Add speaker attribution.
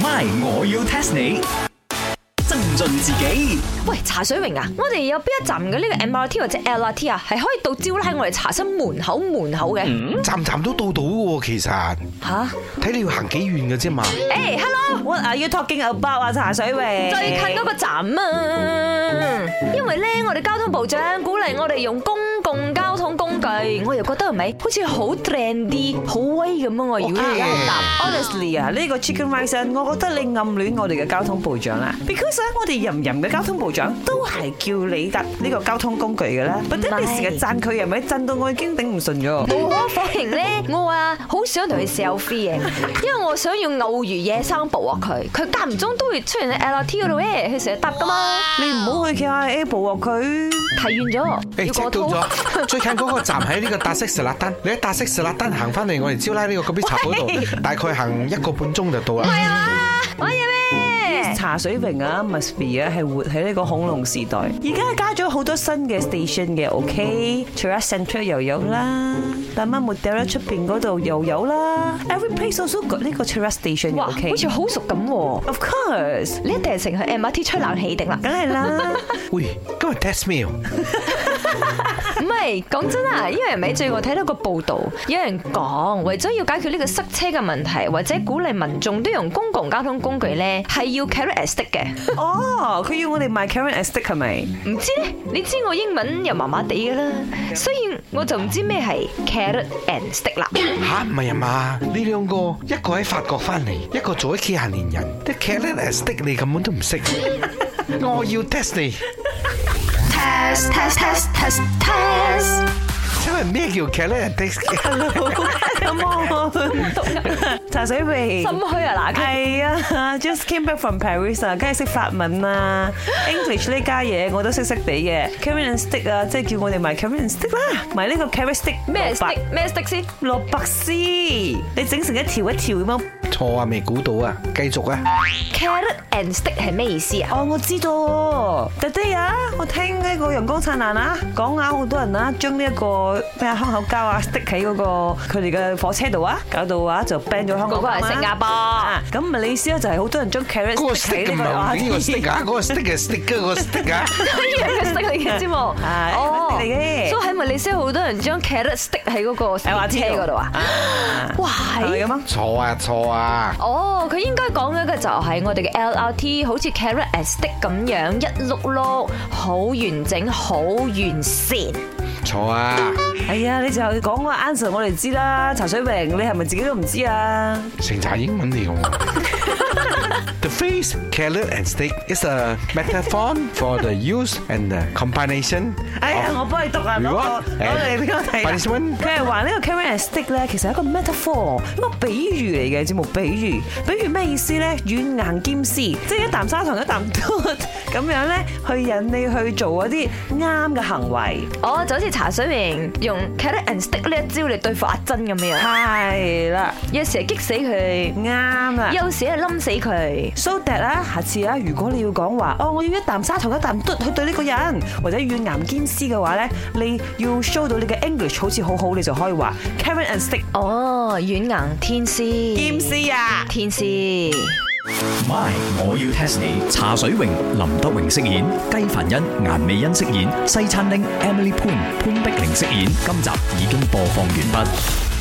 Speaker 1: My，我要 test 你。增進自己，
Speaker 2: 喂，茶水榮啊，我哋有邊一站嘅呢個 MRT 或者 LRT 啊，係可以到招喺我哋茶室門口門口嘅
Speaker 3: 站站都到到嘅喎，其實
Speaker 2: 吓？
Speaker 3: 睇你要行幾遠嘅啫嘛。
Speaker 2: 誒，hello，
Speaker 4: What are you talking about À, 啊？茶水榮
Speaker 2: 最近嗰個站啊，因為咧我哋交通部長鼓勵我哋用公共交通工具，我又覺得係咪好似好 trend 啲、好威咁啊？我
Speaker 3: 哦
Speaker 2: 如果而家去搭，
Speaker 4: Honestly 啊，呢個 Chicken Rice 啊我覺得你暗戀我哋嘅交通部長啦，because 啊我哋人人嘅交通部長都係叫你搭呢個交通工具嘅啦，或者你成日讚佢，係咪震到我已經頂唔順咗？
Speaker 2: 無可否認咧，我啊好想同佢 selfie 嘅，因為我想要偶遇野生捕獲佢，佢間唔中都會出現喺 LRT 嗰度咧，佢成日搭噶嘛，
Speaker 4: 你唔好去 KIA 捕獲佢。
Speaker 2: 提遠咗，
Speaker 3: 誒，
Speaker 2: 要
Speaker 3: 即係
Speaker 2: 過
Speaker 3: 到
Speaker 2: 通。
Speaker 3: 咗， 最近嗰個站喺呢個達色士辣丹，你喺達色士辣丹行翻嚟我哋招拉呢個嗰邊茶鋪 度，大概行一個半鐘就到啦。
Speaker 2: 係啊，玩嘢咩？
Speaker 4: 茶水榮啊，must be 啊，係活喺呢個恐龍時代。而家加咗好多新嘅 station 嘅，OK，除咗 Central 又有啦，大媽 m o d 啦，出邊嗰度又有啦，Every place also got 呢個 Terra station 嘅
Speaker 2: 哇，
Speaker 4: ，OK。
Speaker 2: 好似好熟咁喎！
Speaker 4: Of course，
Speaker 2: 你一定係成日去 MRT 吹冷氣定 啦？
Speaker 4: 梗係啦。
Speaker 3: 喂，今日 test meal，
Speaker 2: 唔係，講真啊，因為咪最近我睇到個報道，有人講為咗要解決呢個塞車嘅問題，或者鼓勵民眾都用公共交通工具咧，係要 carrot and stick 嘅。
Speaker 4: 哦，佢要我哋賣 Karen and Stick 係咪？
Speaker 2: 唔知咧，你知我英文又麻麻地噶啦，所以我就唔知咩係 carrot and stick 啦。
Speaker 3: 吓唔係啊嘛？呢兩個一個喺法國翻嚟，一個做咗幾廿年人，啲 c a l e n stick 你根本都唔 識。我要 test 你，
Speaker 2: Test test test test test。
Speaker 3: 請問咩叫 c a l e n stick？
Speaker 4: 茶水榮，
Speaker 2: 心虛啊嗱
Speaker 4: 係啊，just came back from Paris à. 啊，梗係識法文啊，English à, 呢家嘢我都識識地嘅，Karen and Stick à, 啊，即係叫我哋賣 Karen and Stick 啦，賣呢個 Karen Stick
Speaker 2: 咩
Speaker 4: 蘿蔔
Speaker 2: stick 咩 stick 先？
Speaker 4: 蘿蔔絲，你整成一條一條咁樣。
Speaker 3: 錯啊，未估到啊，繼續啊。
Speaker 2: carrot and stick 係咩意思啊？
Speaker 4: 哦，我知道喎，Today 啊，我聽呢個陽光燦爛啊，講啊好多人啊，將呢一個咩啊香口膠啊 stick 喺嗰個佢哋嘅火車度啊，搞到啊就 ban 咗香
Speaker 2: 嗰
Speaker 4: 港
Speaker 2: 個係新加坡
Speaker 4: 啊咁咪你意思咧就係好多人將 carrot
Speaker 3: 嗰個 stick
Speaker 4: stick 喺
Speaker 3: 唔
Speaker 4: 呢
Speaker 3: 係呢個 stick à?
Speaker 4: 個
Speaker 3: 啊，嗰個 stick 係 stick 嗰個 stick 啊。
Speaker 2: 一樣嘅色嚟嘅啫喎，
Speaker 4: 係
Speaker 2: 哦，
Speaker 4: 一樣嘅色嚟嘅
Speaker 2: 所以喺咪你先好多人將 carrot stick 喺嗰個
Speaker 4: LRT
Speaker 2: 車嗰度啊？哇，
Speaker 4: 係咪
Speaker 2: 係
Speaker 4: 咁啊？
Speaker 3: 錯啊錯啊！
Speaker 2: 哦，佢應該講緊嘅就係我哋嘅 LRT 好似 carrot and stick 咁樣一碌碌，好完整，好完善。
Speaker 3: 錯啊！
Speaker 4: 係啊，你就講個 answer 我哋知啦，茶水榮，你係咪自己都唔知啊？
Speaker 3: 成扎英文嚟嘅 喎。The phrase carrot and stick is a metaphor for the use and the combination
Speaker 4: 哎呀，我
Speaker 3: of
Speaker 4: 幫你讀啊，攞個
Speaker 3: Reward
Speaker 4: 攞嚟俾我
Speaker 3: and
Speaker 4: 睇啊。
Speaker 3: punishment
Speaker 4: 佢係話呢個 carrot and stick 咧，其實係一個 metaphor，一個比喻嚟嘅節目比喻。比喻咩意思咧？軟硬兼施，即係一啖砂糖一啖嘟咁樣咧，去引你去做嗰啲啱嘅行為。
Speaker 2: 哦，就好似茶水榮用 carrot and stick 呢一招嚟對付阿珍咁樣，
Speaker 4: 係啦，
Speaker 2: 有時係激死佢，
Speaker 4: 啱啦。
Speaker 2: 有時係冧死佢。
Speaker 4: So that 啦，下次啊，如果你要講話，哦，我要一啖砂糖一啖嘟去對呢個人，或者軟岩兼施嘅話咧，你要 show 到你嘅 English 好似好好，你就可以話 Karen and Stick
Speaker 2: 哦，軟硬天師，
Speaker 4: 兼施啊。
Speaker 2: 天師。
Speaker 1: My，我要 test 你。茶水榮、林德榮飾演，雞凡欣、顏美欣飾演，西餐廳 Emily Poon 潘碧玲飾演。今集已經播放完畢。